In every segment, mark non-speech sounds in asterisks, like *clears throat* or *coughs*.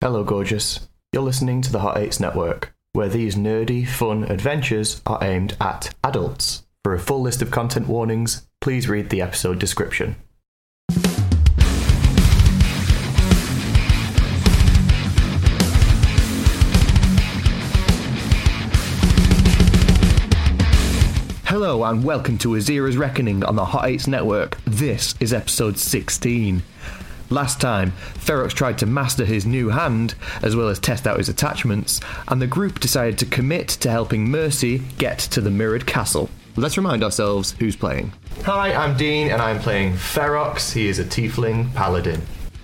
Hello, gorgeous. You're listening to the Hot Eights Network, where these nerdy, fun adventures are aimed at adults. For a full list of content warnings, please read the episode description. Hello and welcome to Azira's Reckoning on the Hot Eights Network. This is episode 16. Last time, Ferox tried to master his new hand, as well as test out his attachments, and the group decided to commit to helping Mercy get to the Mirrored Castle. Let's remind ourselves who's playing. Hi, I'm Dean, and I'm playing Ferox. He is a Tiefling Paladin.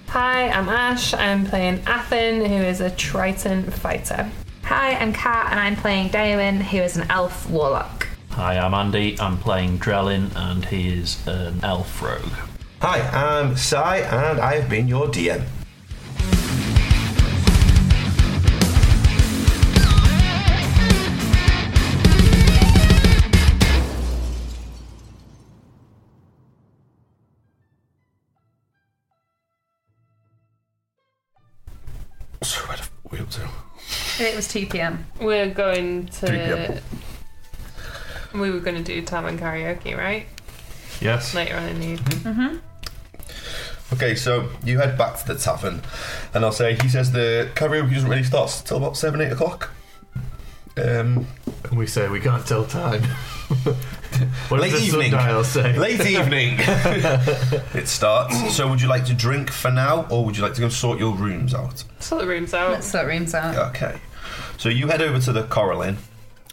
Hi, I'm Ash. I'm playing Athen, who is a Triton fighter. Hi, I'm Kat, and I'm playing Damon, who is an elf warlock. Hi, I'm Andy. I'm playing Drellin, and he is an elf rogue. Hi, I'm Cy, and I've been your DM. So where the f- we up to? It was 2 pm. We're going Three to. We were going to do time and karaoke, right? Yes. Later on in the evening. Okay, so you head back to the tavern, and I'll say he says the karaoke doesn't really start till about seven, eight o'clock. Um, And we say we can't tell time. *laughs* what Late evening. say? late evening. *laughs* it starts. So, would you like to drink for now, or would you like to go sort your rooms out? Sort the rooms out. Let's sort rooms out. Okay. So you head over to the Coralline,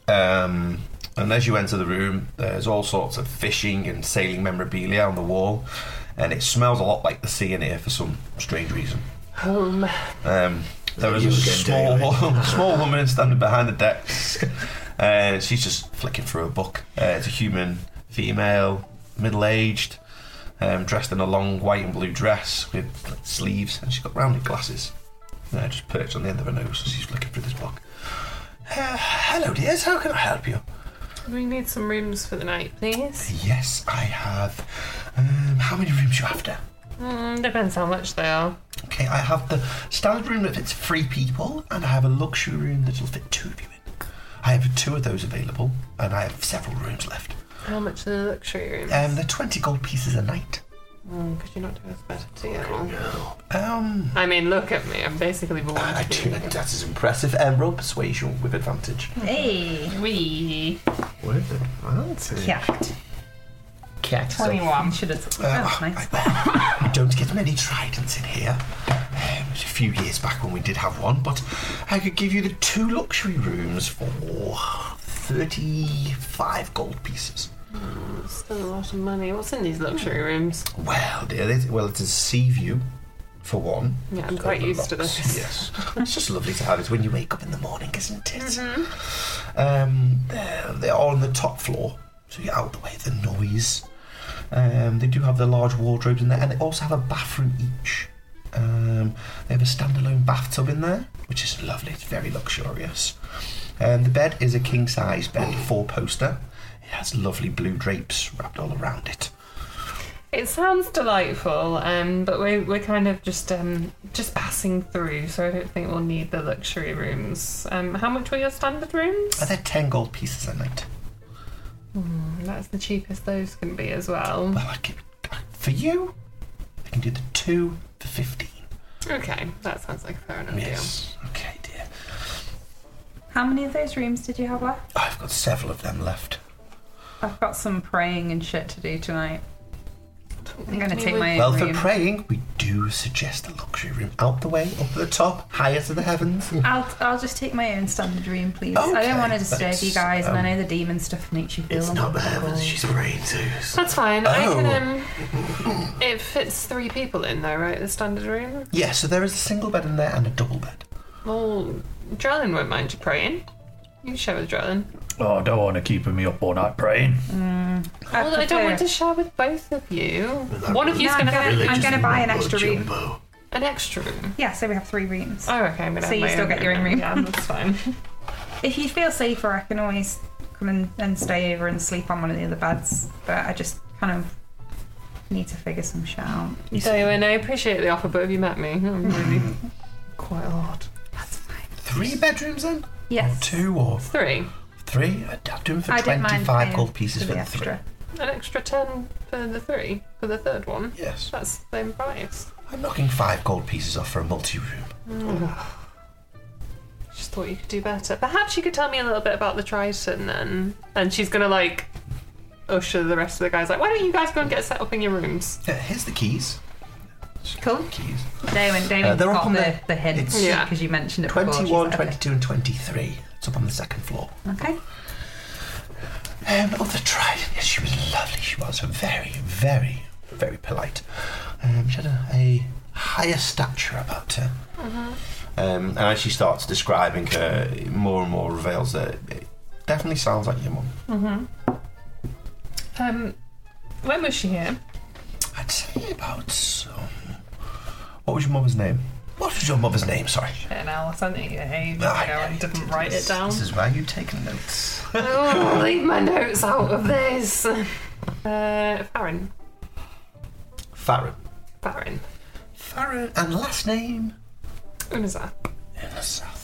um, and as you enter the room, there's all sorts of fishing and sailing memorabilia on the wall, and it smells a lot like the sea in here for some strange reason. Home. Um, there was a You again, small, small *laughs* woman standing behind the decks. Uh, she's just flicking through a book. Uh, it's a human female, middle aged, um, dressed in a long white and blue dress with like, sleeves, and she's got rounded glasses. Uh, just perched on the end of her nose as she's flicking through this book. Uh, hello, dears. How can I help you? We need some rooms for the night, please. Yes, I have. Um, how many rooms you after? Mm, depends how much they are. Okay, I have the standard room that fits three people, and I have a luxury room that'll fit two of you in. I have two of those available, and I have several rooms left. How much are the luxury rooms? Um, they're 20 gold pieces a night. Mm, could you not do us better together? Um, I mean, look at me. I'm basically born. I to do be- think that is impressive. Um, roll persuasion with advantage. Hey, We. With advantage. cat. Cat. 21. Should have. Uh, That's nice. We don't get many tridents in here. Um, it was a few years back when we did have one, but I could give you the two luxury rooms for 35 gold pieces. Still a lot of money. What's in these luxury rooms? Well, dear, it, well, it is sea view, for one. Yeah, I'm quite Over used to locks, this. *laughs* Yes, it's just lovely to have it when you wake up in the morning, isn't it? Mm-hmm. Um, they're, they're all on the top floor, so you're out of the way of the noise. Um, they do have the large wardrobes in there, and they also have a bathroom each. Um, they have a standalone bathtub in there, which is lovely. It's very luxurious. Um, the bed is a king size bed, four poster. It has lovely blue drapes wrapped all around it. It sounds delightful, um, but we're, we're kind of just um, just passing through, so I don't think we'll need the luxury rooms. Um, how much were your standard rooms? Are there 10 gold pieces a night? That's the cheapest those can be as well. Well, I can, for you, I can do the two for 15. Okay, that sounds like a fair enough Okay, dear. How many of those rooms did you have left? I've got several of them left. I've got some praying and shit to do tonight. deal. I'm gonna take my well, own room. for praying, we do suggest a luxury room. Out the way, up at the top, higher to the heavens. I'll, I'll just take my own standard room, please. I Okay, don't want to disturb that's, you guys, and um, I know the demon stuff makes you feel uncomfortable. praying to. That's fine. I Oh. can. Um, it fits three people in there, right? The standard room. Yeah, so there is a single bed in there and a double bed. Well, Drellin won't mind you praying. You can share with Drellin. Oh, I don't want to keep me up all night praying. I, Well, I prefer- don't want to share with both of you. One of No, you's I'm gonna have gonna, I'm gonna buy an extra room. an extra room. Yeah, so we have three rooms. Oh, okay. I'm gonna. So have you my still own get your own room. Yeah, that's *laughs* fine. If you feel safer, I can always come and, and stay over and sleep on one of the other beds. But I just kind of need to figure some shit out. So, and I appreciate the offer, but have you met me? I'm really *laughs* quite a lot. That's fine. Three bedrooms then? Yes. Or two or Three. three? I'd I'd do them for I don't mind 25 paying gold pieces for for the the three. extra. An extra ten for the three, for the third one. Yes. That's the same price. I'm knocking five gold pieces off for a multi room. Just thought you could do better. Perhaps you could tell me a little bit about the Triton then. And she's gonna like usher the rest of the guys like, why don't you guys go and get set up in your rooms? Yeah, here's the keys. Cool. Keys. Damon, Damon, Uh, they're up got on the, the- the hint it's because Yeah. you mentioned it before. She's 21, like, 22, and 23. It's up on the second floor. Okay. okay. Um, oh, the Trident. Yes, she was lovely. She was very, very, very polite. Um, she had a, a higher stature about her. Mm-hmm. Um, and as she starts describing her, it more and more reveals that it definitely sounds like your mum. Um when was she here? I'd say about. Um, what was your mother's name? What was your mother's name? Sorry. And I sent it you ages Ah, ago yeah, and didn't this- write it down. This is why you take notes. *laughs* oh, leave my notes out of *laughs* this. Uh Farron. Farron. Farron. Farron. And last name? Unazar. in the south.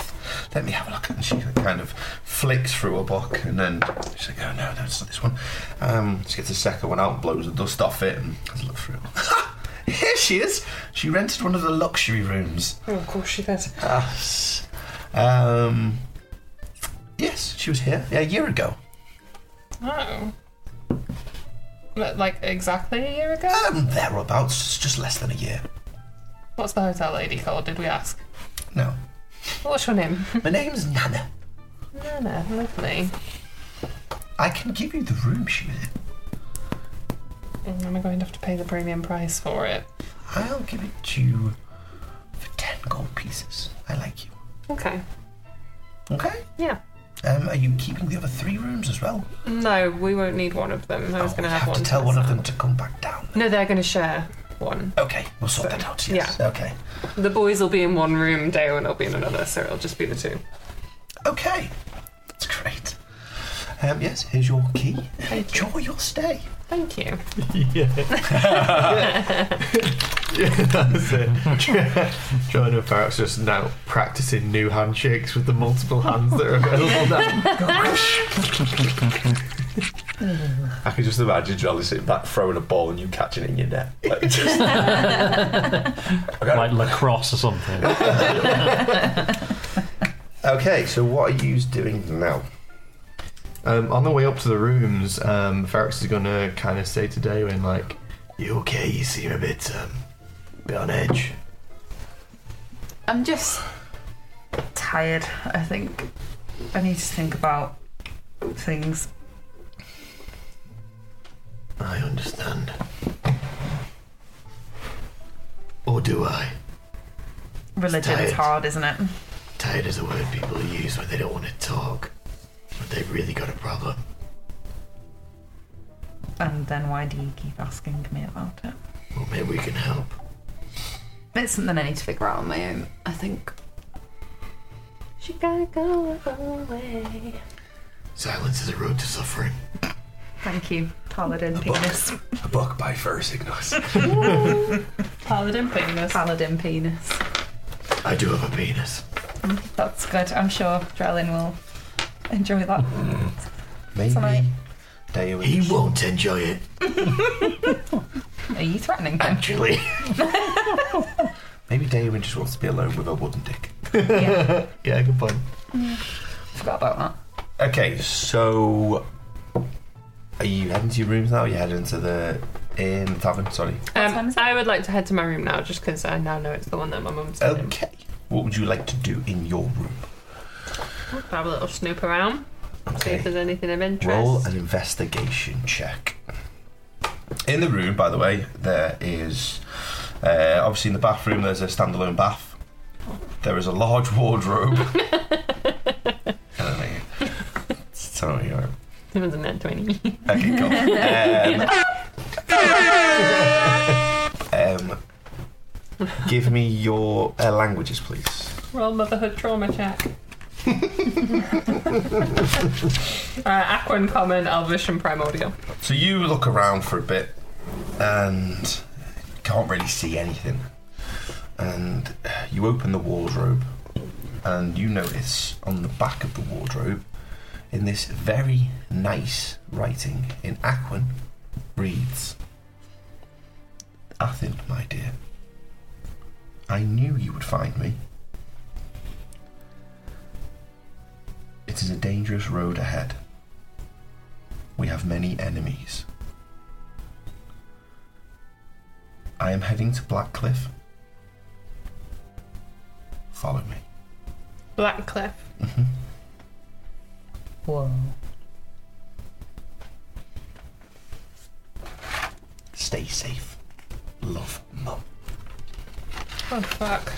Let me have a look. And she kind of flicks through a book and then she's like, oh no, no, it's not this one. Um, she gets the second one out, blows the dust off it, and has a look through. Here she is! She rented one of the luxury rooms. Oh of course she did. Us. Um, yes, she was here yeah, a year ago. Oh. Li- Like exactly a year ago? Um, thereabouts, it's just less than a year. What's the hotel lady called? Did we ask? No. What's your name? My name's Nana. *laughs* Nana, lovely. I can give you the room she was in. Mm, I'm going to have to pay the premium price for it. I'll give it to you for 10 gold pieces. I like you. Okay. Okay? Yeah. Um, are you keeping the other three rooms as well? No, we won't need one of them. I was Oh, we going to have, have one. to tell one of myself. them to come back down. No, they're going to share one. Okay, we'll sort that out. Yes. Okay. The boys will be in one room, Dale and I'll be in another, so it'll just be the two. Okay. That's great. Um, yes, here's your key. Enjoy your stay. Thank you. That's it. Joanna Farrock's just now practicing new handshakes with the multiple hands that are available now. I can just imagine Jolly sitting back throwing a ball and you catching it in your net. Like, just- Like lacrosse or something. Okay, so what are you doing now? Um, on the way up to the rooms, um, Farrock's is gonna kind of say to Daywin, like, "You okay? You seem a bit, um, bit on edge." I'm just tired, I think. I need to think about things. I understand. Or do I? Religion Tired. is hard, isn't it? Tired is a word people use when they don't want to talk, but they've really got a problem. And then why do you keep asking me about it? Well, maybe we can help. It's something I need to figure out on my own, I think. She gotta go away. Silence is a road to suffering. Thank you, Paladin Penis. a book by Versignos. Paladin penis. Paladin Penis. *laughs* I do have a penis. That's good. I'm sure Drellin will enjoy that. Maybe. Tonight. Day away. He won't enjoy it, *laughs* Are you threatening him? *laughs* actually. Maybe Daywin just wants to be alone with a wooden dick. *laughs* yeah, good point. Forgot about that. Okay, so are you heading to your rooms now? Or are you heading to the inn tavern? Sorry. time Um, is it? I would like to head to my room now, just because I now know it's the one that my mum's in. Okay. Um, What would you like to do in your room? Have a little snoop around, see if Okay. there's anything of interest. Roll an investigation check. In the room, by the way, there is uh, obviously in the bathroom. There's a standalone bath. There is a large wardrobe. I don't know. Sorry. all right. It was a net 20. *laughs* Okay, cool. Um, um, give me your uh, languages, please. Roll motherhood trauma *laughs* check. uh, Aquan, common, elvish, and primordial. So you look around for a bit and can't really see anything. and you open the wardrobe, and you notice on the back of the wardrobe, in this very nice writing in Aquan, reads Athen, my dear, I knew you would find me. It is a dangerous road ahead. We have many enemies. I am heading to Blackcliff. Follow me. Blackcliff. Whoa. Stay safe. Love, Mum. Oh fuck.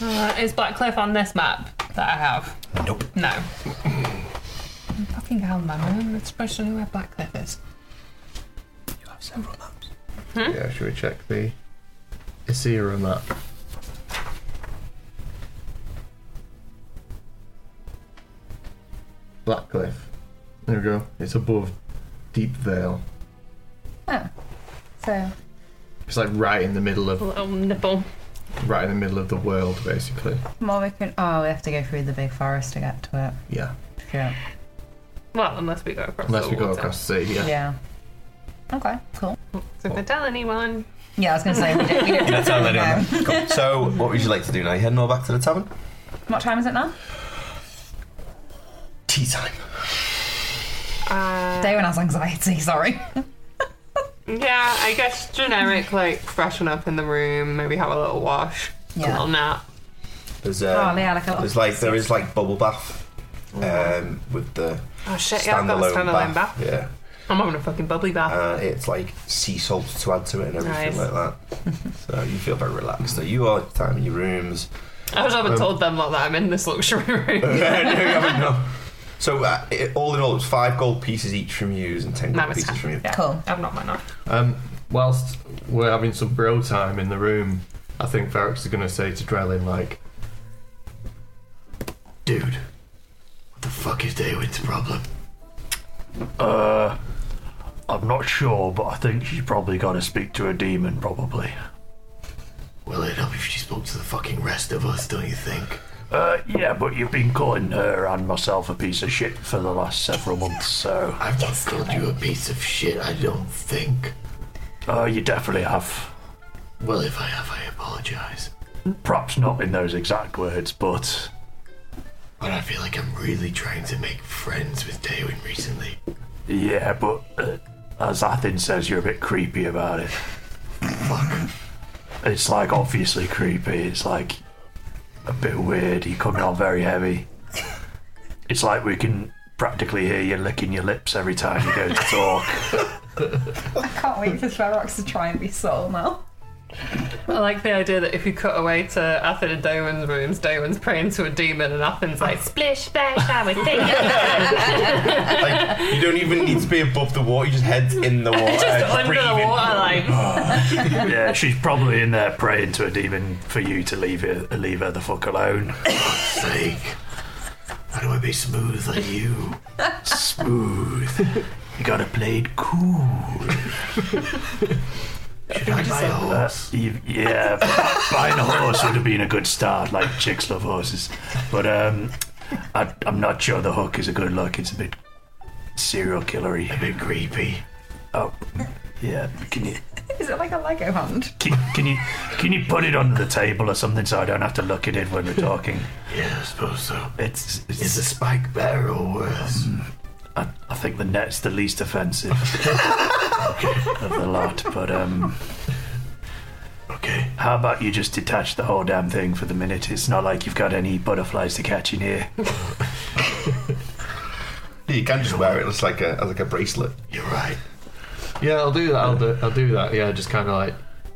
Uh, is Blackcliff on this map that I have? Nope. *laughs* No. Fucking hell, man! I remember supposed to know where Blackcliff is. You have several maps. Yeah, should we check the Isira map? Blackcliff. There we go. It's above Deep Vale. Oh. So, It's like right in the middle of Little nipple. right in the middle of the world, basically. More we can. Oh, we have to go through the big forest to get to Yeah. it. Yeah. Well, unless we go across. Unless the we go water. across the sea. Yeah. Yeah. Okay. Cool. So if I tell anyone, Yeah, I was gonna say we don't. We don't That's how they do *laughs* Okay. that. Cool. So, what would you like to do now? You heading all back to the tavern? what time is it now? Tea time. uh, Day when I was anxiety. Sorry. yeah, I guess generic like freshen up in the room, maybe have a little wash, Yeah. a little nap. There's Oh, um, yeah, like a little. there's like there is like bubble bath um, with the Oh shit! Yeah, I've got a standalone standalone bath. bath. Yeah, I'm having a fucking bubbly bath. Uh, and it's like sea salt to add to it and everything like Nice. that. so you feel very relaxed. So you are time in your rooms. *laughs* I was um, haven't told them like that I'm in this luxury room. no, uh, *laughs* you *laughs* haven't, no. So uh, it, all in all, it's five gold pieces each from you and ten gold No, it's pieces fine. from you. Yeah, Cool. I've not my knife. Um, whilst we're having some bro time in the room, I think Varix is going to say to Drellin, like, Dude, what the fuck is Daywin's problem? Uh, I'm not sure, but I think she's probably got to speak to a demon, probably. Well, it'd help if she spoke to the fucking rest of us, don't you think? Uh, yeah, but you've been calling her and myself a piece of shit for the last several months, so. I've not called you a piece of shit, I don't think. Uh, you definitely have. Well, if I have, I apologise. Perhaps not in those exact words, but. But I feel like I'm really trying to make friends with Daywin recently. Yeah, but. Uh, as Athin says, you're a bit creepy about it. Fuck. It's like obviously creepy. It's like a bit weird. You're coming on very heavy. It's like we can practically hear you licking your lips every time you go to talk. I can't wait for Ferox to try and be soul now. I like the idea that if you cut away to Athen and Doan's rooms, Doan's praying to a demon and Athen's like, splish, splash, *laughs* I would think. Like you don't even need to be above the water; you just head in the water, *laughs* Just under the breathing. water, like, *laughs* yeah, she's probably in there praying to a demon for you to leave her, leave her the fuck *laughs* alone. Sake. How do I be smooth like you? Smooth. You gotta play it cool. Should I buy a Uh, horse? you- *laughs* yeah, bu- buying a horse would have been a good start. Like chicks love horses, but um, I, I'm not sure the hook is a good look. It's a bit serial killery. A bit creepy. Oh, yeah. Can you Is it like a Lego hand? can, can you can you put it under the table or something so I don't have to look at it when we're talking? Yeah, I suppose so. It's, Is it's a spike better or worse? I, I think the net's the *laughs* least offensive of the lot. But um, Okay. how about you just detach the whole damn thing for the minute? It's not like you've got any butterflies to catch in here. You can just wear it as like a as like a bracelet. You're right. Yeah, I'll do that. I'll do, I'll do that. Yeah, just kind of like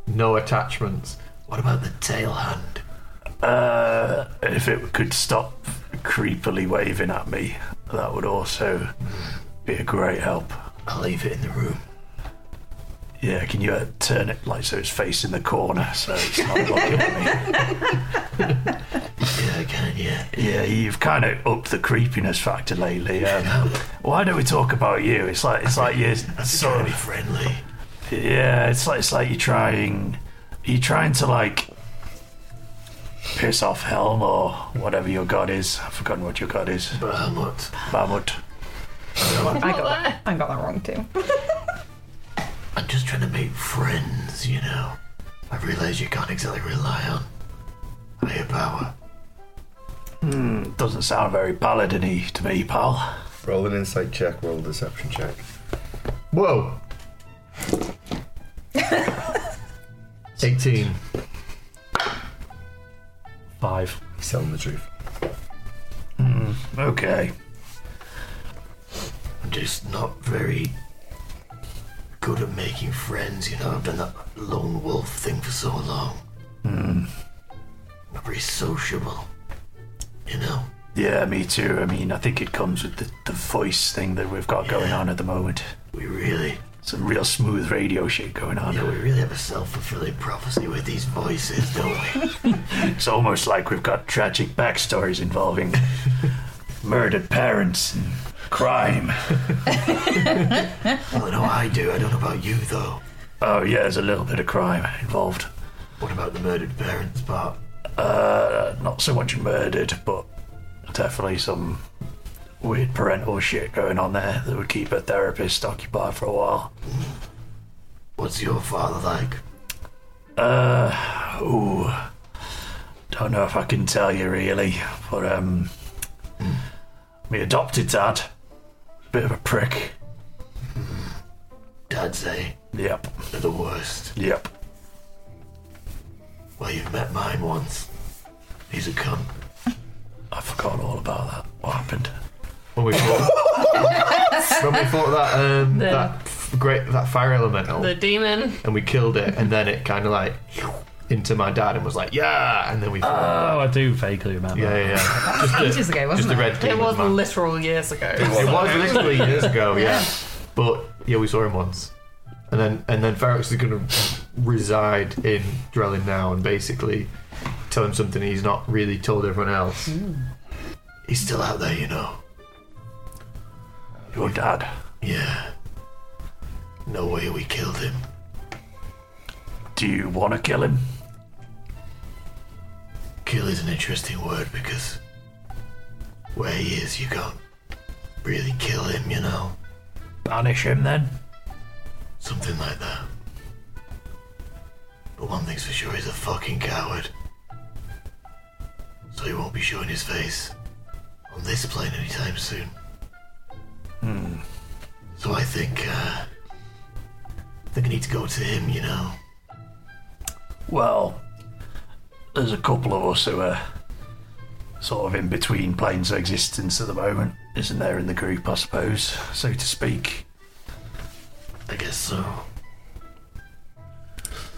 no attachments. What about the tail hand? Uh, if it could stop creepily waving at me, that would also be a great help. I'll leave it in the room. Yeah, can you uh, turn it like so it's facing the corner so it's not looking at me? *laughs* *laughs* Yeah, I can. Yeah. Yeah, you've kind of upped the creepiness factor lately. Um, why don't we talk about you? It's like it's like you're sort of friendly. Yeah, it's like it's like you're trying, you're trying to like piss off Helm or whatever your god is. I've forgotten what your god is. Bahamut. Bahamut. I got that. I got that wrong too. I'm just trying to make friends, you know. I realize you can't exactly rely on higher power. Hmm, doesn't sound very paladin-y to me, pal. Roll an insight check, roll a deception check. Whoa. 18. Five. He's telling the truth. Okay. I'm just not very good at making friends, you know. I've done that lone wolf thing for so long. Hmm. Not very sociable, you know. Yeah, me too. I mean, I think it comes with the, the voice thing that we've got going on at the moment. We really. Some real smooth radio shit going on. Yeah, we really have a self fulfilling prophecy with these voices, don't we? *laughs* it's almost like we've got tragic backstories involving murdered parents and crime. *laughs* well, no, I do. I don't know about you, though. Oh, yeah, there's a little bit of crime involved. What about the murdered parents part? Uh, not so much murdered, but definitely some weird parental shit going on there that would keep a therapist occupied for a while. What's your father like? Uh, ooh. Don't know if I can tell you really, but, um, my adopted dad, bit of a prick. Dads, eh? Yep. They're the worst. Yep. Well, you've met mine once. He's a cunt. I forgot all about that. What happened? When we fought, *laughs* when we fought that, um, The- that f- great that fire elemental, The demon. and we killed it, and then it kind of like into my dad and was like, yeah, and then we Uh. fought. Oh, I do vaguely remember. yeah, yeah, yeah. just the, Ages ago, just wasn't the it? red It demon. was man. literal years ago. It was literally years ago, yeah. But yeah, we saw him once, and then and then Ferox is going to reside in Drellin now and basically tell him something he's not really told everyone else. He's still out there, you know. Your dad? Yeah. No way we killed him. Do you want to kill him? Kill is an interesting word because where he is, you can't really kill him, you know. Banish him then? Something like that. But one thing's for sure, he's a fucking coward. So he won't be showing his face on this plane anytime soon. Hmm. So I think, uh, I think I need to go to him, you know. Well, there's a couple of us who are sort of in between planes of existence at the moment, isn't there, in the group, I suppose, so to speak. I guess so.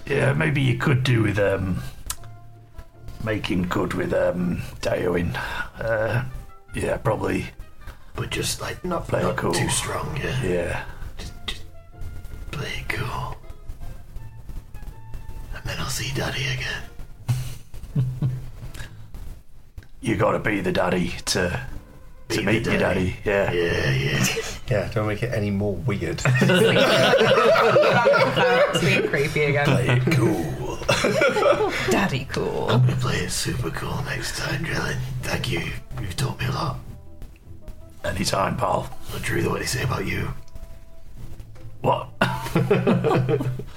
Yeah, maybe you could do with um, making good with um, Dayoin. Uh, yeah, probably. But just like not play cool. too strong. Yeah. Yeah. Just, just play it cool, and then I'll see Daddy again. you gotta be the daddy to to meet your daddy. Yeah. Yeah, yeah. Yeah, don't make it any more *laughs* weird. It's being creepy again. Play it cool. Daddy cool. I'm gonna play it super cool next time, Drillin. Thank you. You've taught me a lot. Anytime, pal. So Drew, what they say about you? What? *laughs*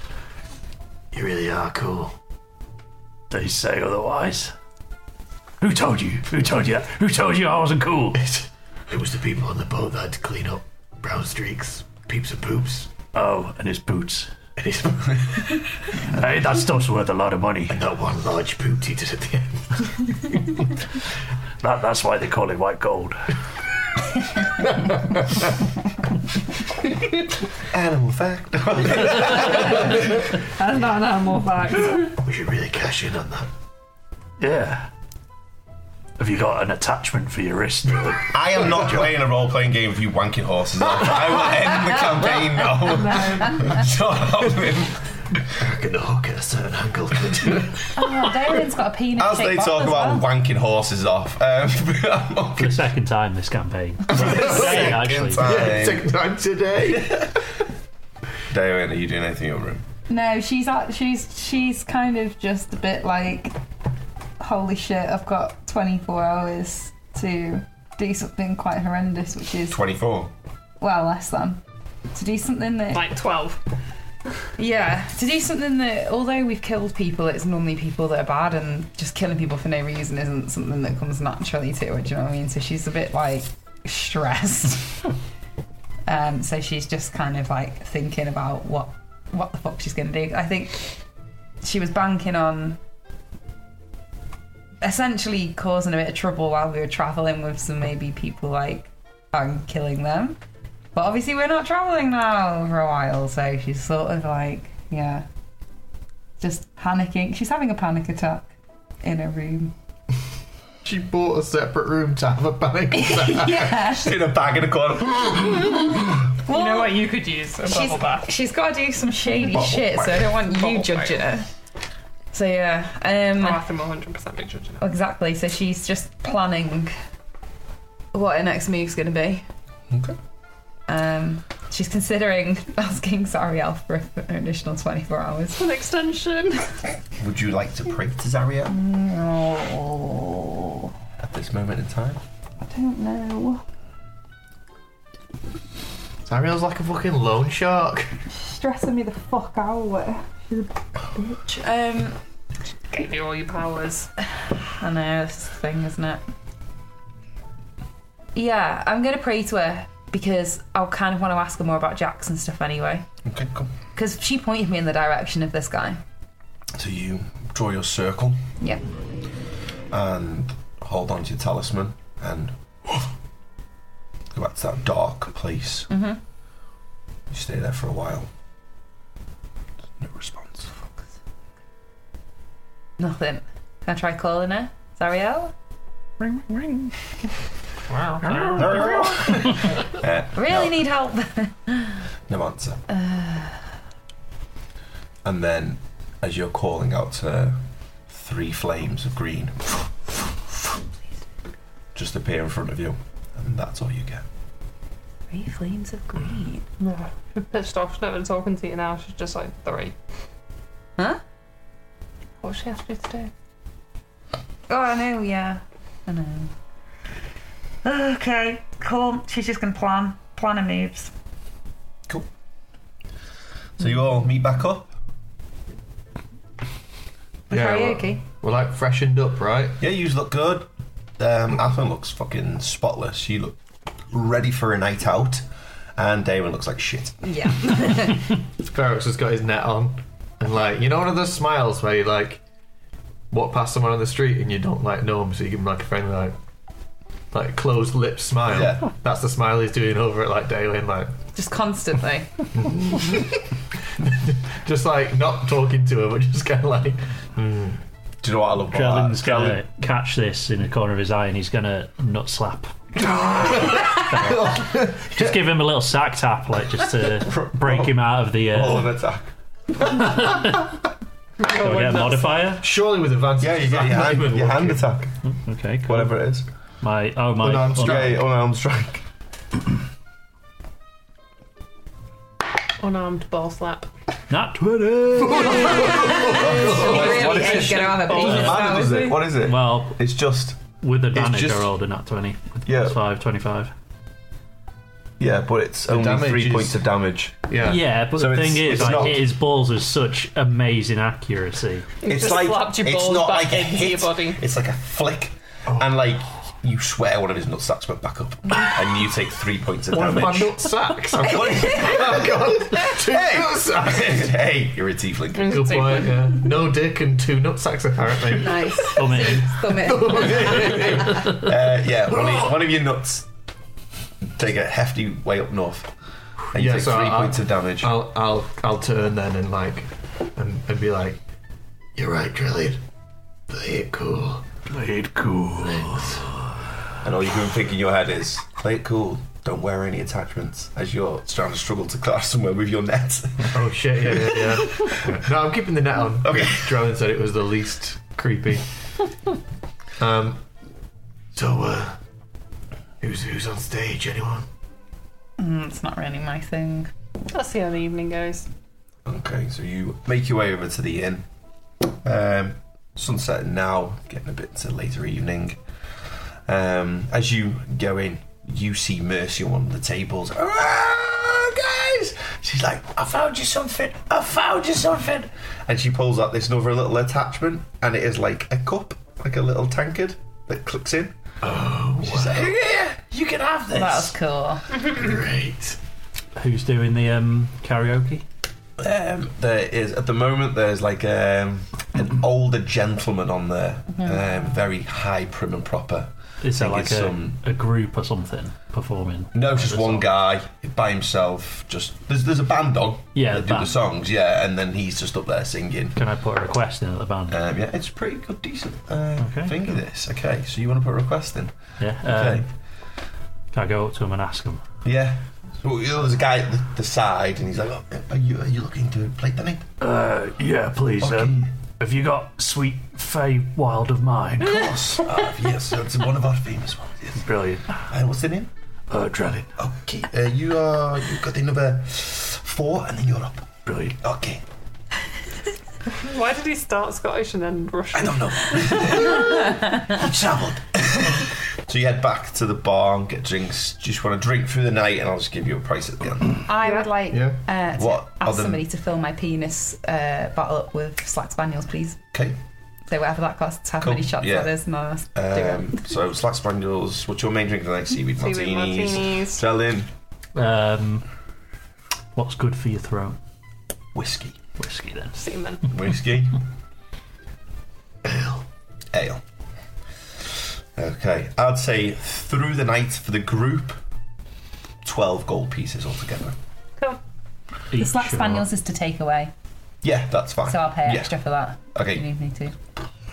you really are cool. They say otherwise. Who told you? Who told you that? Who told you I wasn't cool? It, was the people on the boat that had to clean up brown streaks, peeps and poops. Oh, and his boots. And *laughs* his Hey, that stuff's worth a lot of money. And that one large boot he did at the end. that, that's why they call it white gold. Animal fact. And not *laughs* animal facts. We should really cash in on that. Yeah. Have you got an attachment for your wrist? I am not playing a role playing game with you wanking horses. I will end the campaign *laughs* now. *laughs* Shut up, man. Can the hook at a *laughs* certain angle? *laughs* Oh, David's got a peanut. As they talk about wanking horses off, um, *laughs* I'm not For the gonna second time this campaign. Today, say it actually. in time. *laughs* Second time today. Diane, are you doing anything in your room? No, she's at, she's she's kind of just a bit like, holy shit! I've got 24 hours to do something quite horrendous, which is 24. well less than to do something that Like 12. yeah to do something that although we've killed people, it's normally people that are bad, and just killing people for no reason isn't something that comes naturally to her. Do you know what I mean? So she's a bit like stressed. um, so she's just kind of like thinking about what what the fuck she's gonna do. I think she was banking on essentially causing a bit of trouble while we were traveling with some maybe people like and killing them. But obviously we're not traveling now for a while, so she's sort of like yeah, just panicking. She's having a panic attack in her *laughs* room. She bought a separate room to have a panic attack. *laughs* Yeah, *laughs* In a bag in a corner. well, You know what you could use? A bubble bath. she's, she's got to do some shady shit, so I don't want you Bubble judging her. So yeah, um, Oh, I think I'm 100% big judging her. Exactly. So she's just planning what her next move's going to be. Okay. Um, she's considering *laughs* asking Sariel for an additional 24 hours. An *laughs* extension. Would you like to pray to Zaria No, at this moment in time? I don't know. Sariel's like a fucking loan shark. Stressing me the fuck out. She's a bitch. Um, Gave you all your powers. I know, this is the thing, isn't it? Yeah, I'm going to pray to her because I kind of want to ask her more about Jax and stuff anyway. Okay, cool. Because she pointed me in the direction of this guy. So you draw your circle Yeah. and hold on to your talisman and go back to that dark place. Mm-hmm. You stay there for a while. No *laughs* response. Nothing. Can I try calling her? Zariel? no Really No. need help. Uh, *laughs* answer. And then, as you're calling out to her, three flames of green just appear in front of you, and that's all you get. Three flames of green. No. She's pissed off. She's not been talking to you now. She's just like three. Huh? What she asked you to do? Oh, I know, yeah. I know. Okay, cool. She's just gonna plan plan her moves. So you all meet back up. we're- Karaoke. We're, like freshened up, right? Yeah, you look good. Um, Athlin looks fucking spotless. You look ready for a night out, and Damon looks like shit. Yeah. Ferox has got his net on, and like you know one of those smiles where you like walk past someone on the street and you don't like know them, so you give them like a friendly like like closed lip smile. Yeah. That's the smile he's doing over at like Daylin, like Just constantly. *laughs* just like not talking to her, but just kind of like Do you know what I love about that? Drellin's gonna catch this in the corner of his eye and he's gonna nut slap. just give him a little sack tap, like just to break him out of the. Roll an Uh, attack. do I get a modifier? surely with advantage. Yeah, you get your Diamond hand, your walking. hand attack, Okay, cool. whatever it is. My oh my. Unarmed oh, strike. Straight unarmed strike. Unarmed ball slap. Nat twenty. really what is is it? going to have a Doesn't matter, does it? What is it? Well, It's just with advantage, just- I rolled a nat twenty. With Yeah. plus five, 25. yeah, but it's only damage three is- points of damage. Yeah. Yeah, but So the it's- thing it's is, like, not- hit his balls with such amazing accuracy. It's just like slapped your it's balls not back like a into hit. your body. It's like a flick, and like you swear one of his nutsacks went back up, and you take three points of One of my damage. nut sacks. What is- oh god! Two nut sacks. *laughs* hey, hey, you're a tiefling. Good point. Yeah. No dick and two nut sacks apparently. Nice. *laughs* Come in. Thumb it. Uh, yeah, one of, one of your nuts take a hefty way up north, and you Yeah, take so three I'll- points of damage. I'll I'll I'll turn then and like and, and be like, "You're right, Drillid. Play it cool." Played cool. And all you can think in your head is, play it cool. Don't wear any attachments as you're trying to struggle to climb somewhere with your net. *laughs* Oh shit! Yeah, yeah, yeah. no, I'm keeping the net on. Okay. Drillid said it was the least creepy. Um. So, uh, who's who's on stage? Anyone? Mm, it's not really my thing. Let's see how the evening goes. Okay, so you make your way over to the inn. Um, sunset now, getting a bit to later evening. Um, as you go in, you see Mercy on one of the tables. "Ah, guys! She's like, I found you something! I found you something! And she pulls out this another little attachment, and it is like a cup, like a little tankard that clicks in. Oh, She's like, "Yeah, yeah, you can have this! That was cool. great. Who's doing the um, karaoke? Um, there is at the moment there's like um, an older gentleman on there, um, very high, prim and proper. Is there Think like it's, a, um, a group or something performing? No, it's just Like the one song? guy by himself. Just there's there's a band on. Yeah, that the do the band. songs. Yeah, and then he's just up there singing. Can I put a request in at the band? Um, yeah, it's pretty good, decent uh, Okay. thingy. This okay? So you want to put a request in? yeah. Okay. Um, can I go up to him and ask him? yeah. So you know, there's a guy at the, the side, and he's like, oh, "Are you are you looking to play the night?" Uh, yeah, please. Um, have you got Sweet Fay Wild of Mine? *laughs* Of course. uh, yes, it's one of our famous ones. Yes. Brilliant. Uh, what's the name? Uh, Drellin. Okay, uh, you are you got another four, and then you're up. Brilliant. Okay, Why did he start Scottish and then Russian? I *laughs* don't know. *laughs* he travelled. so you head back to the bar and get drinks. Just want a drink through the night, and I'll just give you a price at the end. I would like Yeah. uh, to What ask other- somebody to fill my penis uh, bottle up with Slack Spaniels, please. Okay. So whatever that costs, how Cool, many shots yeah. that is, and I'll do it. Um, so slack spaniels. What's your main drink tonight? Seaweed, Seaweed martinis. martinis. Sell in Um, what's good for your throat? whiskey. Whiskey then. Seaman. Whiskey. Ale. Ale. Okay. I'd say through the night for the group, 12 gold pieces altogether. Cool. The Each Slack or- Spaniels is to take away, Yeah, that's fine. so I'll pay yeah. extra for that. If you Okay. need me to.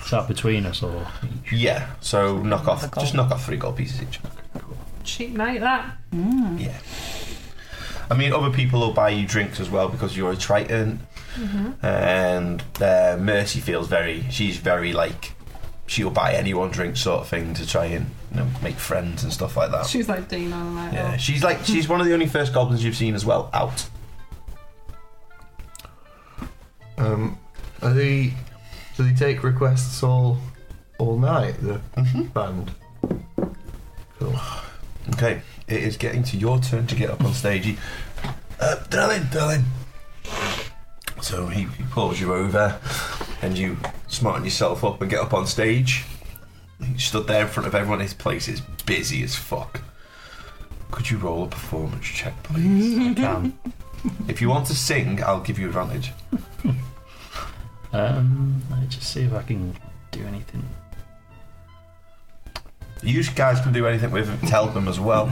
Is that between us or? Yeah. So knock off, The gold. just knock off three gold pieces each. Cheap night that. Mm-hmm. Yeah. I mean, other people will buy you drinks as well because you're a Triton. Mm-hmm. And uh, Mercy feels very, she's very like, she'll buy anyone drinks sort of thing to try and you know, make friends and stuff like that. She's like Dean on the night. Oh. Yeah, she's like oh, she's one of the only first goblins you've seen as well out. Um, are they? Do they take requests all all night? The band. Cool. Okay, it is getting to your turn to get up on stage. He- Uh, darling, darling. So he, he pulls you over, and you smarten yourself up and get up on stage. He stood there in front of everyone. His place is busy as fuck. Could you roll a performance check, please? I can. if you want to sing, I'll give you advantage. um, let me just see if I can do anything. You guys can do anything with it. Tell them as well.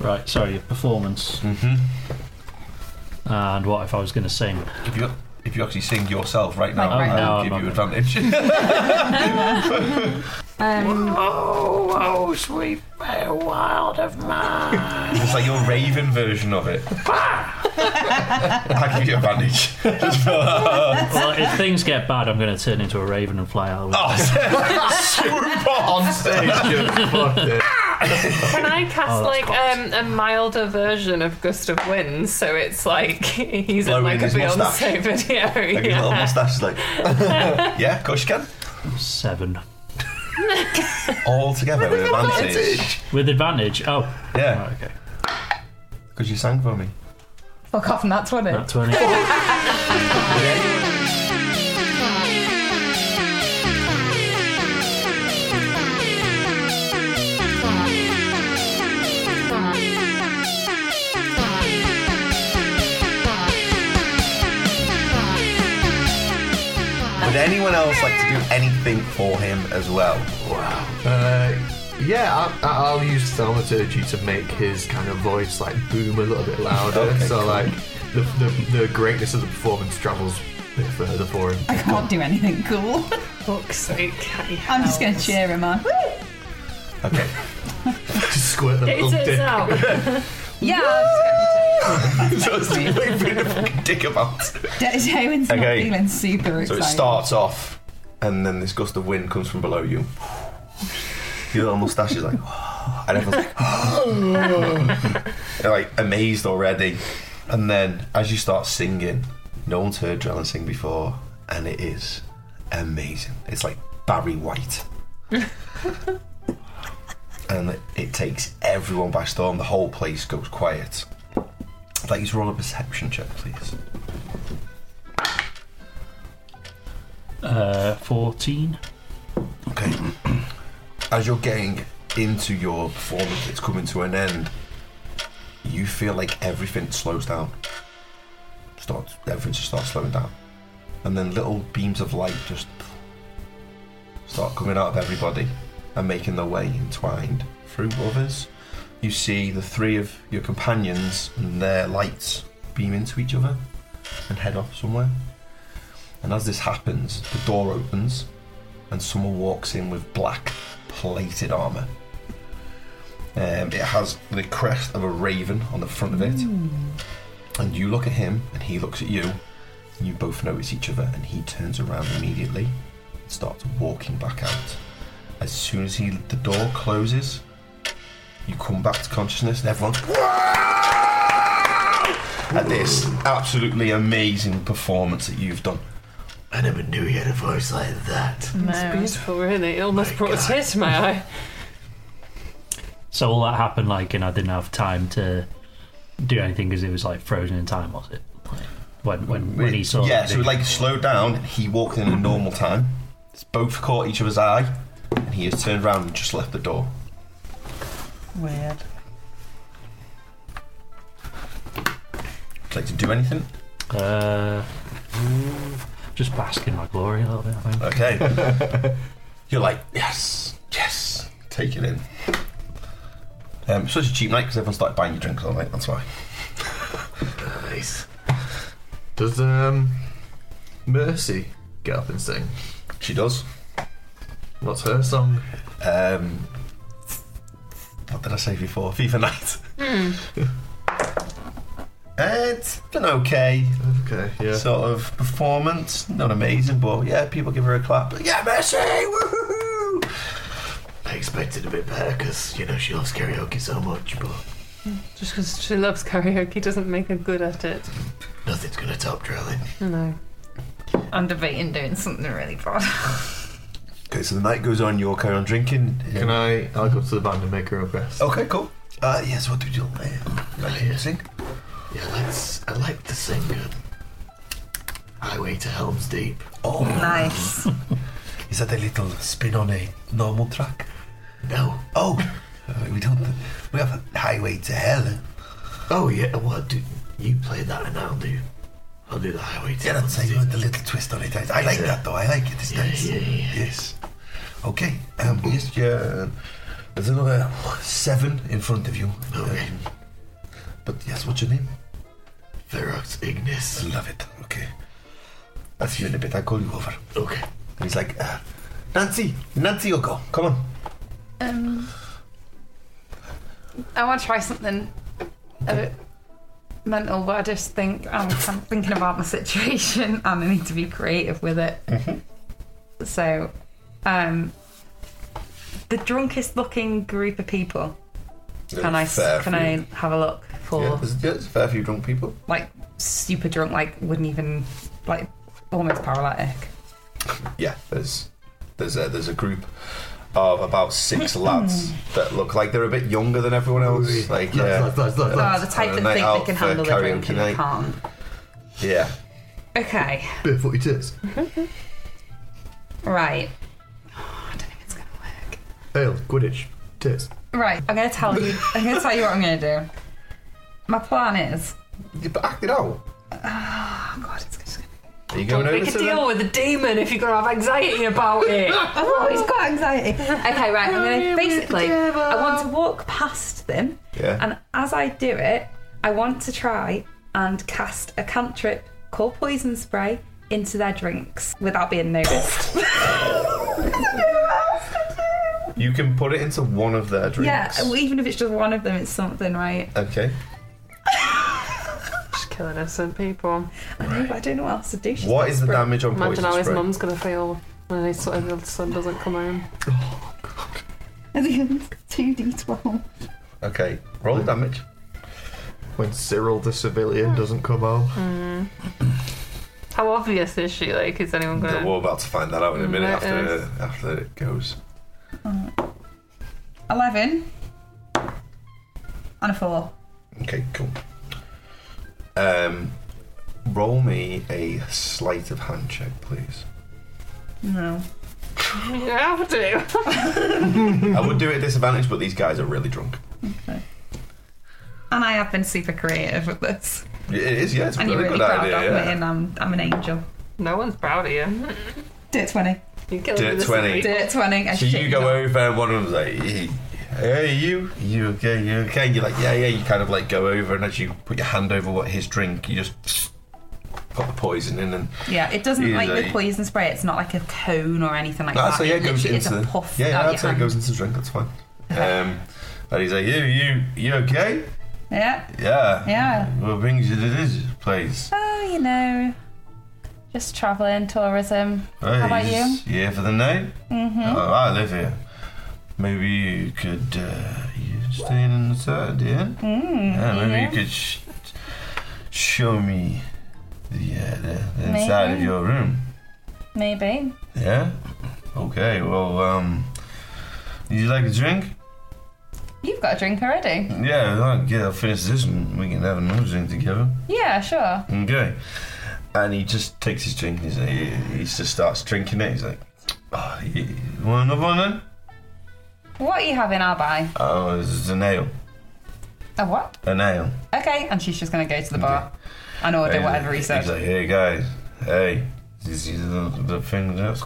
Right. Sorry, your performance. Mm-hmm. And what if I was going to sing? If you if you actually sing yourself right now, Like right I'll now. give No, I'm you not. advantage. *laughs* Um, Oh, oh, Sweet Fay Wild of Mine. It's like your Raven version of *laughs* it. I'll give you advantage. Just for *laughs* well, if things get bad, I'm going to turn into a raven and fly out. Of the window. Oh, swoop on *laughs* stage. Can I cast Oh, that's like cocked. um, a milder version of Gust of Wind? So it's like *laughs* he's Blowing in like a his Beyonce moustache. *laughs* video. Like his yeah. little *laughs* mustache is *laughs* like, yeah, of course you can. Seven All together with advantage. with advantage. Oh, Yeah, right, okay. because you sang for me. fuck off, and that's what it. Not twenty. *laughs* Would anyone else like to do anything for him as well? Uh, yeah, I, I- I'll use thaumaturgy to make his kind of voice like boom a little bit louder. Okay, *laughs* so cool. like the, the the greatness of the performance travels a bit further for him. I can't do anything cool. *laughs* Fuck's sake. Catty I'm just going to hells. cheer him on. Okay. *laughs* Just squirt the little It turns dick. out. Yeah, I'm so it's Sweet. waving a fucking *laughs* dick about. just going to. Jalen's not Okay. feeling super So excited. it starts off, and then this gust of wind comes from below you. Your little mustache is like, and everyone's like, they're like amazed already. And then as you start singing, no one's heard Drellin sing before, and it is amazing. It's like Barry White. and it, it takes everyone by storm. The whole place goes quiet. I'd like you to roll a perception check, please. Uh, 14. Okay. As you're getting into your performance, it's coming to an end. You feel like everything slows down. Starts everything just starts slowing down, and then little beams of light just start coming out of everybody and making their way entwined through others. You see the three of your companions and their lights beam into each other and head off somewhere. And as this happens, the door opens and someone walks in with black plated armor. Um, it has the crest of a raven on the front of it, and you look at him, and he looks at you. And you both notice each other, and he turns around immediately and starts walking back out. As soon as he the door closes, you come back to consciousness, and everyone's "Wow!" at this absolutely amazing performance that you've done. I never knew he had a voice like that. It's beautiful, really. It almost brought a tear to my eye. So all that happened, like, and I didn't have time to do anything because it was, like, frozen in time, was it? Like, when, when, when he saw yeah, that so they- like slowed down. He walked in at normal time. It's both caught each other's eye, and he has turned around and just left the door. Weird. Would you like to do anything? Uh, just bask in my glory a little bit, I think. Okay. You're like yes, yes. Take it in. Um, such a cheap night because everyone started buying you drinks all night. That's why. Nice. Does um Mercy get up and sing? She does. What's her song? Um, what did I say before? FIFA night. Uh, *laughs* it's been okay. Okay, yeah. sort of performance. Not amazing, but yeah, people give her a clap. Yeah, Messi! Woohoo! I expected a bit better because, you know, she loves karaoke so much, but Just because she loves karaoke doesn't make her good at it. nothing's going to top drilling. No. I'm debating doing something really bad. Okay, so the night goes on. You're carry on drinking. Can I? I'll go to the band and make her a request. Okay, cool. Uh, yes. What do you uh, like to sing? Yeah, let's. I like to sing um, Highway to Helm's Deep. Oh, Nice. is that a little spin on a normal track? No. Oh, uh, we don't. We have a highway to hell. Oh, yeah, what? Do, you play that and I'll do. I'll do the Highway to Yeah, Helm's that's I Deep. want a little twist on it. I, I like that though. I like it. It's Yeah, nice. yeah, yeah. Yes. Okay. Um, yes. Yeah. There's another seven in front of you. Okay. Um, but yes, what's your name? Ferox Ignis. Love it. Okay. That's you in a bit. I'll call you over. Okay. And he's like, uh, Nancy, Nancy, you go. Come on. Um, I want to try something a bit mental, but I just think I'm, I'm thinking about my situation *laughs* and I need to be creative with it. Mm-hmm. So, um, the drunkest looking group of people. Can I s- Fair can few. I have a look for Yeah, there's, yeah, there's a fair few drunk people. like super drunk, like wouldn't even like almost paralytic. Yeah, there's there's a there's a group of about Hmm. six lads that look like they're a bit younger than everyone else. Like yeah, Lads, lads, lads, lads. Oh, the type uh, that night think out they can for handle the drink karaoke and they night. can't. yeah. Okay. Barefooty tits. Right. *sighs* I don't know if it's gonna work. Ale, Quidditch, tits. Right, I'm gonna tell you. I'm gonna tell you what I'm gonna do. My plan is. You backed it out. Oh God, it's just gonna. Are you going over You to can them? deal with a demon if you're going to have anxiety about it. Oh, he's got anxiety. Okay, right. I'm gonna basically. I want to walk past them, Yeah. and as I do it, I want to try and cast a cantrip called poison spray into their drinks without being noticed. You can put it into one of their yeah, drinks. well, even if it's just one of them, it's something, right? Okay. Just *laughs* kill innocent people. I know, but I don't know what else to do. She's What is the *laughs* desperate. damage on Imagine poison how his spray? mum's going to feel when his son his son doesn't come home. I think it's two d twelve. Okay, roll the damage. when Cyril the civilian doesn't come home. How obvious is she? Like, is anyone going We're to. about to find that out in a minute That after after it goes. 11 on a 4. Okay, cool. Um, roll me a sleight of hand check, please. No. You have to. I would do it at disadvantage, but these guys are really drunk. And I have been super creative with this. It is, yeah. It's a and you're really, really good proud idea. of me, yeah. and I'm, I'm an angel. No one's proud of you. Dirt 20. You killed Dirt me this 20. week. Dirt 20. I So shit you go not. over, and one of them's like, "Hey, "Hey, you, you okay? You okay?" You're like, "Yeah, yeah." You kind of like go over, and as you put your hand over what his drink, you just put the poison in, and Yeah, it doesn't Either like you- with poison spray. It's not like a cone or anything like Ah, that. so yeah, it it goes literally is into a the puff. yeah, out yeah. your I'd say it hand. goes into the drink. That's fine. Um, and he's like, "You, you, you okay? Yeah, Yeah, yeah. Ah, What brings you to this place? Oh, you know, just traveling, tourism. How about you? just Here for the night? Mm-hmm. Oh, I live here. Maybe you could uh, you stay in on the Saturday. Yeah? Mm, yeah, maybe you could sh- show me the, uh, the, the inside of Maybe. your room. Maybe. Yeah. Okay. Well, um, you like a drink? You've got a drink already. Yeah. I'll, get, I'll finish this and we can have another drink together. Yeah, sure. Okay. And he just takes his drink and he's like, he, he just starts drinking it. He's like, oh, you, you want another one then? What are you having? I'll buy. Oh, this is a nail. A what? A nail. Okay, and she's just gonna go to the bar and order Hey, whatever he he's says. like, hey guys, hey, this is the, the thing that's.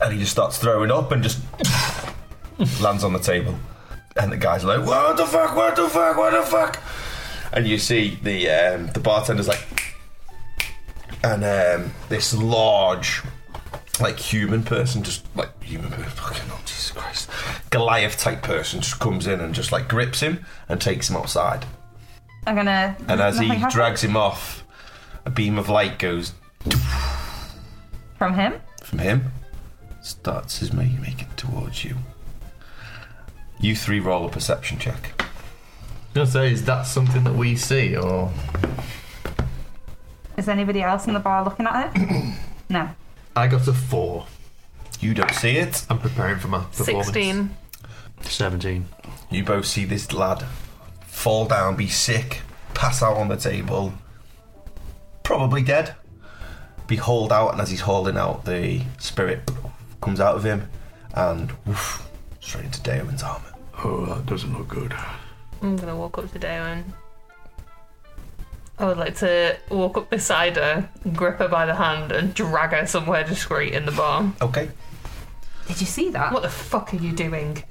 And he just starts throwing up and just lands on the table. And the guy's like, what the fuck, what the fuck, what the fuck? And you see the um, the bartender's like, and um, this large, like human person, just like human person, fucking oh Jesus Christ, Goliath type person just comes in and just like grips him and takes him outside. I'm gonna. And as he Nothing *laughs* happened drags him off, a beam of light goes from him, from him, starts his make making towards you. You three roll a perception check. Gonna say, is that something that we see, or is anybody else in the bar looking at it? *coughs* no. I got a four. You don't see it. I'm preparing for my performance. 16. 17. You both see this lad fall down, be sick, pass out on the table, probably dead. Be hauled out, and as he's hauling out, the spirit comes out of him and woof, straight into Daewin's arm. Oh, that doesn't look good. I'm going to walk up to Daewin. I would like to walk up beside her, grip her by the hand, and drag her somewhere discreet in the bar. Okay. Did you see that? What the fuck are you doing?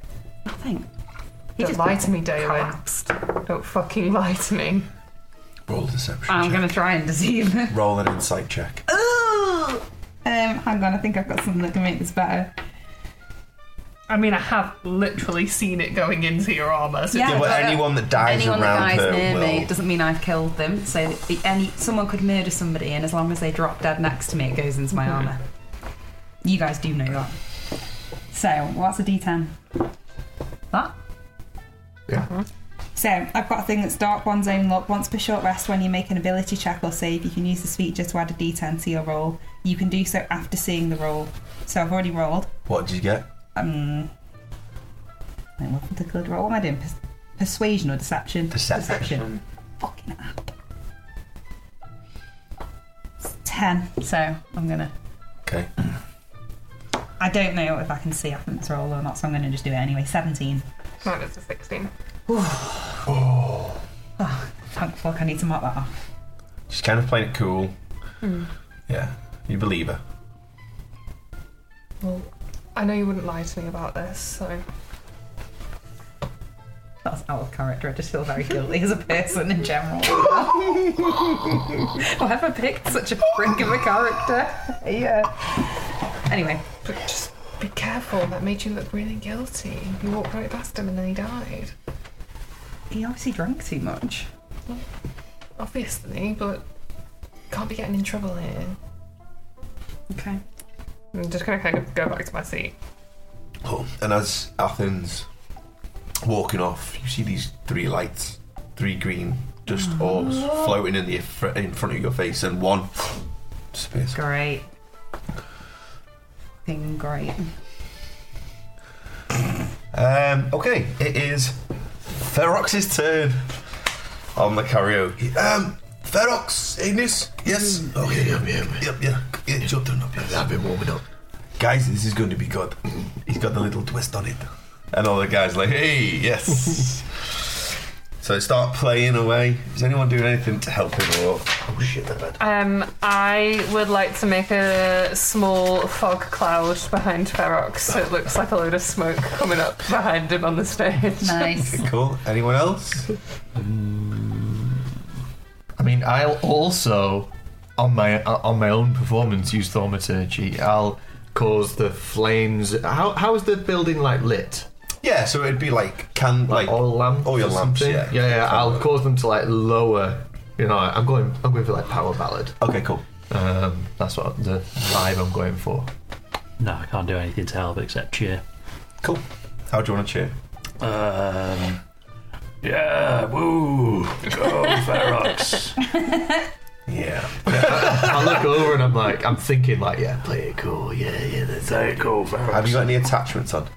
Nothing. He Don't just lie to me, Daewin. Don't fucking lie to me. Roll a deception I'm check. gonna try and deceive her. Roll an insight check. *laughs* Ooh. Um, hang on. I think I've got something that can make this better. I mean, I have literally seen it going into your armor. So Yeah. Yeah, well, but- anyone that dies Anyone that around her dies near will. me doesn't mean I've killed them. So that the- any someone could murder somebody, and as long as they drop dead next to me, it goes into my armor. You guys do know that. So, what's a D10? That Mm-hmm. So, I've got a thing that's dark one's own luck. Once per short rest, when you make an ability check or save, you can use this feature to add a D10 to your roll. You can do so after seeing the roll. So, I've already rolled. What did you get? Um, I wasn't a good roll. What am I doing? Pers- persuasion or deception? Deception. Fucking app. It's ten. So I'm gonna. Okay. I don't know if I can see after this roll or not, so I'm going to just do it anyway. Seventeen. Mine is a 16. Thank fuck, I need to mark that off. She's kind of playing it cool. Hmm. Yeah. You believe her. Well, I know you wouldn't lie to me about this, so. That's out of character. I just feel very guilty as a person in *laughs* general. Whoever picked such a prick of a character. yeah. Anyway, But just be careful, that made you look really guilty. You walked right past him and then he died. he obviously drank too much. Obviously, but can't be getting in trouble here. Okay. I'm just gonna kind of go back to my seat. Cool. And as Athens walking off, you see these three lights, three green dust Mm. orbs floating in the fr- in front of your face, and one *sniffs* disappears. Great. Thing great. Um, okay, it is Ferox's turn on the karaoke. Um, Ferox, Ignis, yes. Okay, yep, yep, yep, Mm. yeah. yeah. It's your turn up. Yes. I've been warming up. Guys, this is going to be good. *clears throat* He's got the little twist on it, and all the guys like, hey, *laughs* yes. so they start playing away. Is anyone doing anything to help him or? Oh shit, they're bad. Um, I would like to make a small fog cloud behind Ferox so it looks like a load of smoke coming up behind him on the stage. Nice. Cool. Anyone else? I mean, I'll also on my on my own performance use thaumaturgy. I'll cause the flames. How how is the building like lit? Yeah, so it'd be like can like, Like oil lamps. oil or lamps, something? yeah. yeah, yeah. I'll cause them to like lower. You know, I'm going. I'm going for like power ballad. okay, cool. Um, that's what the vibe I'm going for. No, I can't do anything to help except cheer. Cool. How do you want to cheer? Um, yeah, woo, go Ferox. *laughs* Yeah. I look over and I'm like, I'm thinking like, yeah, play it cool. oh yeah, yeah, that's it, go Ferox. Have you got any attachments on?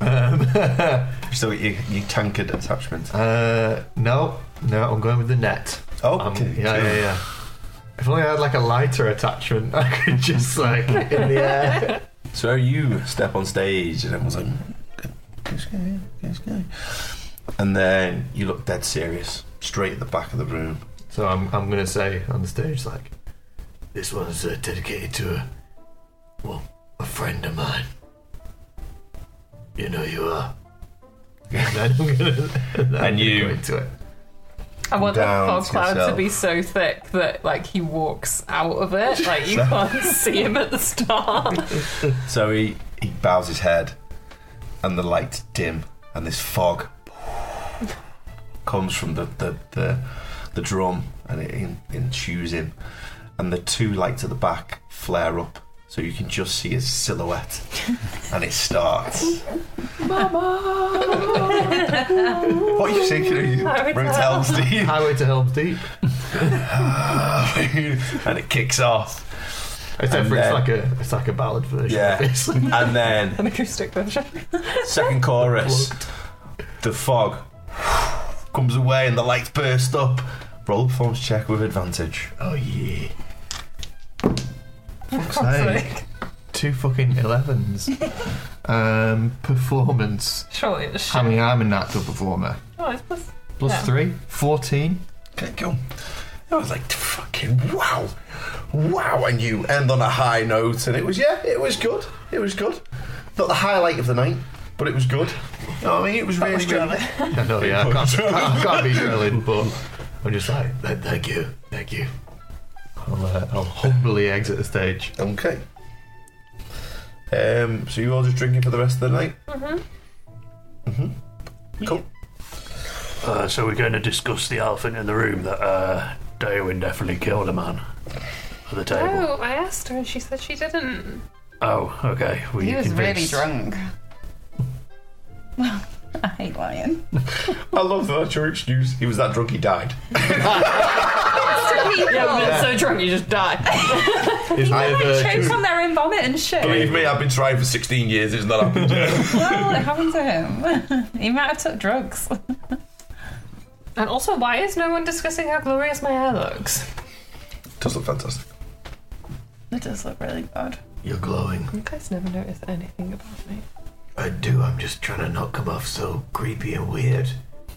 Um, *laughs* so you, you tankered attachments. Uh, no, no, I'm going with the net. Oh, Um, yeah, yeah, yeah. If only I had like a lighter attachment, *laughs* I could just like in the air. So you step on stage and everyone's like, let's go, let's go. And then you look dead serious, straight at the back of the room. So I'm, I'm gonna say on the stage like, this one's uh, dedicated to a, well, a friend of mine. You know *laughs* you are. And then I'm gonna *laughs* and, then I'm gonna you- go into it. I want the Down fog to cloud to yourself. be so thick that like he walks out of it. Like you can't see him at the start. So he, he bows his head, and the lights dim, and this fog comes from the, the, the, the drum and it in, ensues him. And the two lights at the back flare up, so you can just see his silhouette, and it starts. Mama! what are you thinking? Are you Harry Rotel Steve? Highway to Helm's Deep. *laughs* and it kicks off. Except And for then- it's like a it's like a ballad version. Yeah. obviously. And then An acoustic version. Second *laughs* chorus. the fog comes away and the lights burst up. Roll a performance check with advantage. Oh yeah. Fuck's sake. Two fucking elevens. um, performance. Surely it's sh- I mean, I'm a natural performer. Oh, it's plus. Plus Yeah. three. Fourteen. Okay, cool. I was like, fucking wow. Wow, and you end on a high note, and it was, yeah, it was good. It was good. Not the highlight of the night, but it was good. You know what I mean? It was really good. *laughs* I know, yeah. I can't, *laughs* I can't be drilling, *laughs* but I'm just like, "Th- thank you, thank you. I'll, uh, I'll humbly exit the stage. Okay. Um, so you all just drinking for the rest of the night? Mm-hmm. Cool. Uh, so we're going to discuss the elephant in the room that uh, Daewin definitely killed a man at the table. Oh, I asked her and she said she didn't. Oh, okay. Well, He you was really convinced. drunk. I hate lying. I love that that's your excuse. He was that drunk, he died. so drunk you just die. His liver, Choke on their own vomit and shit. Believe me, I've been trying for 16 years, it's not happened yet. Well, it happened to *laughs* him. he might have took drugs. And also, why is no one discussing how glorious my hair looks? Does look fantastic. It does look really bad. you're glowing. You guys never notice anything about me. I do, I'm just trying to not come off so creepy and weird.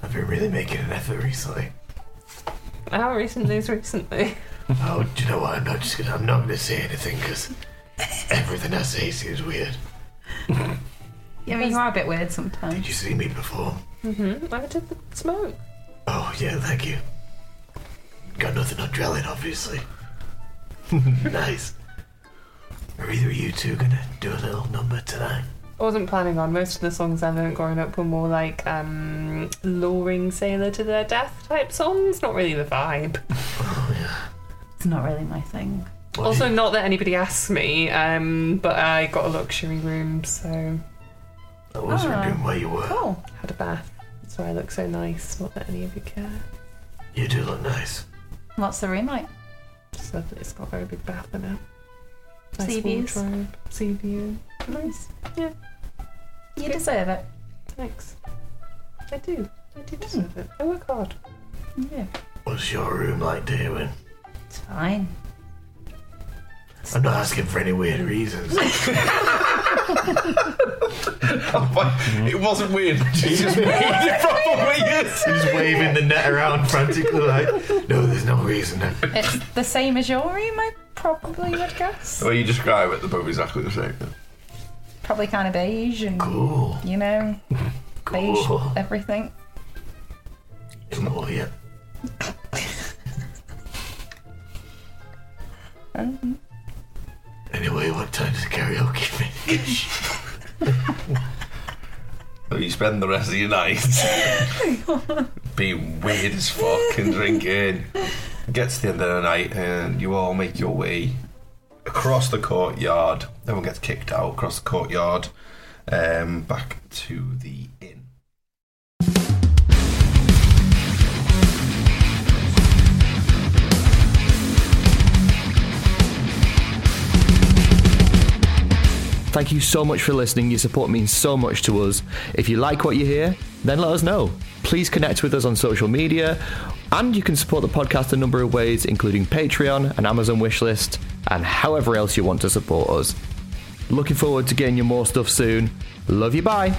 I've been really making an effort recently. How recently is recently? Oh, do you know what? I'm not just gonna, I'm not gonna say anything because everything I say seems weird. *laughs* Yeah, but you are a bit weird sometimes. Did you see me perform? *laughs* I did the smoke. Oh, yeah, thank you. Got nothing on Drellin, obviously. *laughs* nice. Are either of you two gonna do a little number tonight? I wasn't planning on most of the songs I learned growing up were more like um, luring sailor to their death type songs. Not really the vibe. It's not really my thing. What also, do you- not that anybody asked me, um, but I got a luxury room, so I was wondering where you were. Cool. Had a bath. That's why I look so nice. Not that any of you care. You do look nice. What's the room like? Just lovely. It's got a very big bath in it. Sea views. wardrobe, Sea view. Nice. You deserve it. Hmm. Thanks. I do. I do deserve it. I work hard. Yeah. What's your room like, Darwin? It's fine. I'm not asking for any weird reasons. It wasn't *laughs* weird. She's just it probably is. He's waving the net around frantically, like, no, there's no reason. It's the same as your room, I probably would guess. The way you describe it, the book is exactly the same. Probably kind of beige and, Cool. *laughs* you know, beige Cool. everything. Come over here. Anyway, what time does karaoke finish? *laughs* So you spend the rest of your night being weird as fuck and drinking. Gets to the end of the night and you all make your way across the courtyard. Everyone gets kicked out across the courtyard, um, back to the inn. Thank you so much for listening. Your support means so much to us. If you like what you hear, then let us know. Please connect with us on social media, and you can support the podcast a number of ways, including Patreon, an Amazon wishlist, and however else you want to support us. Looking forward to getting you more stuff soon. Love you, bye.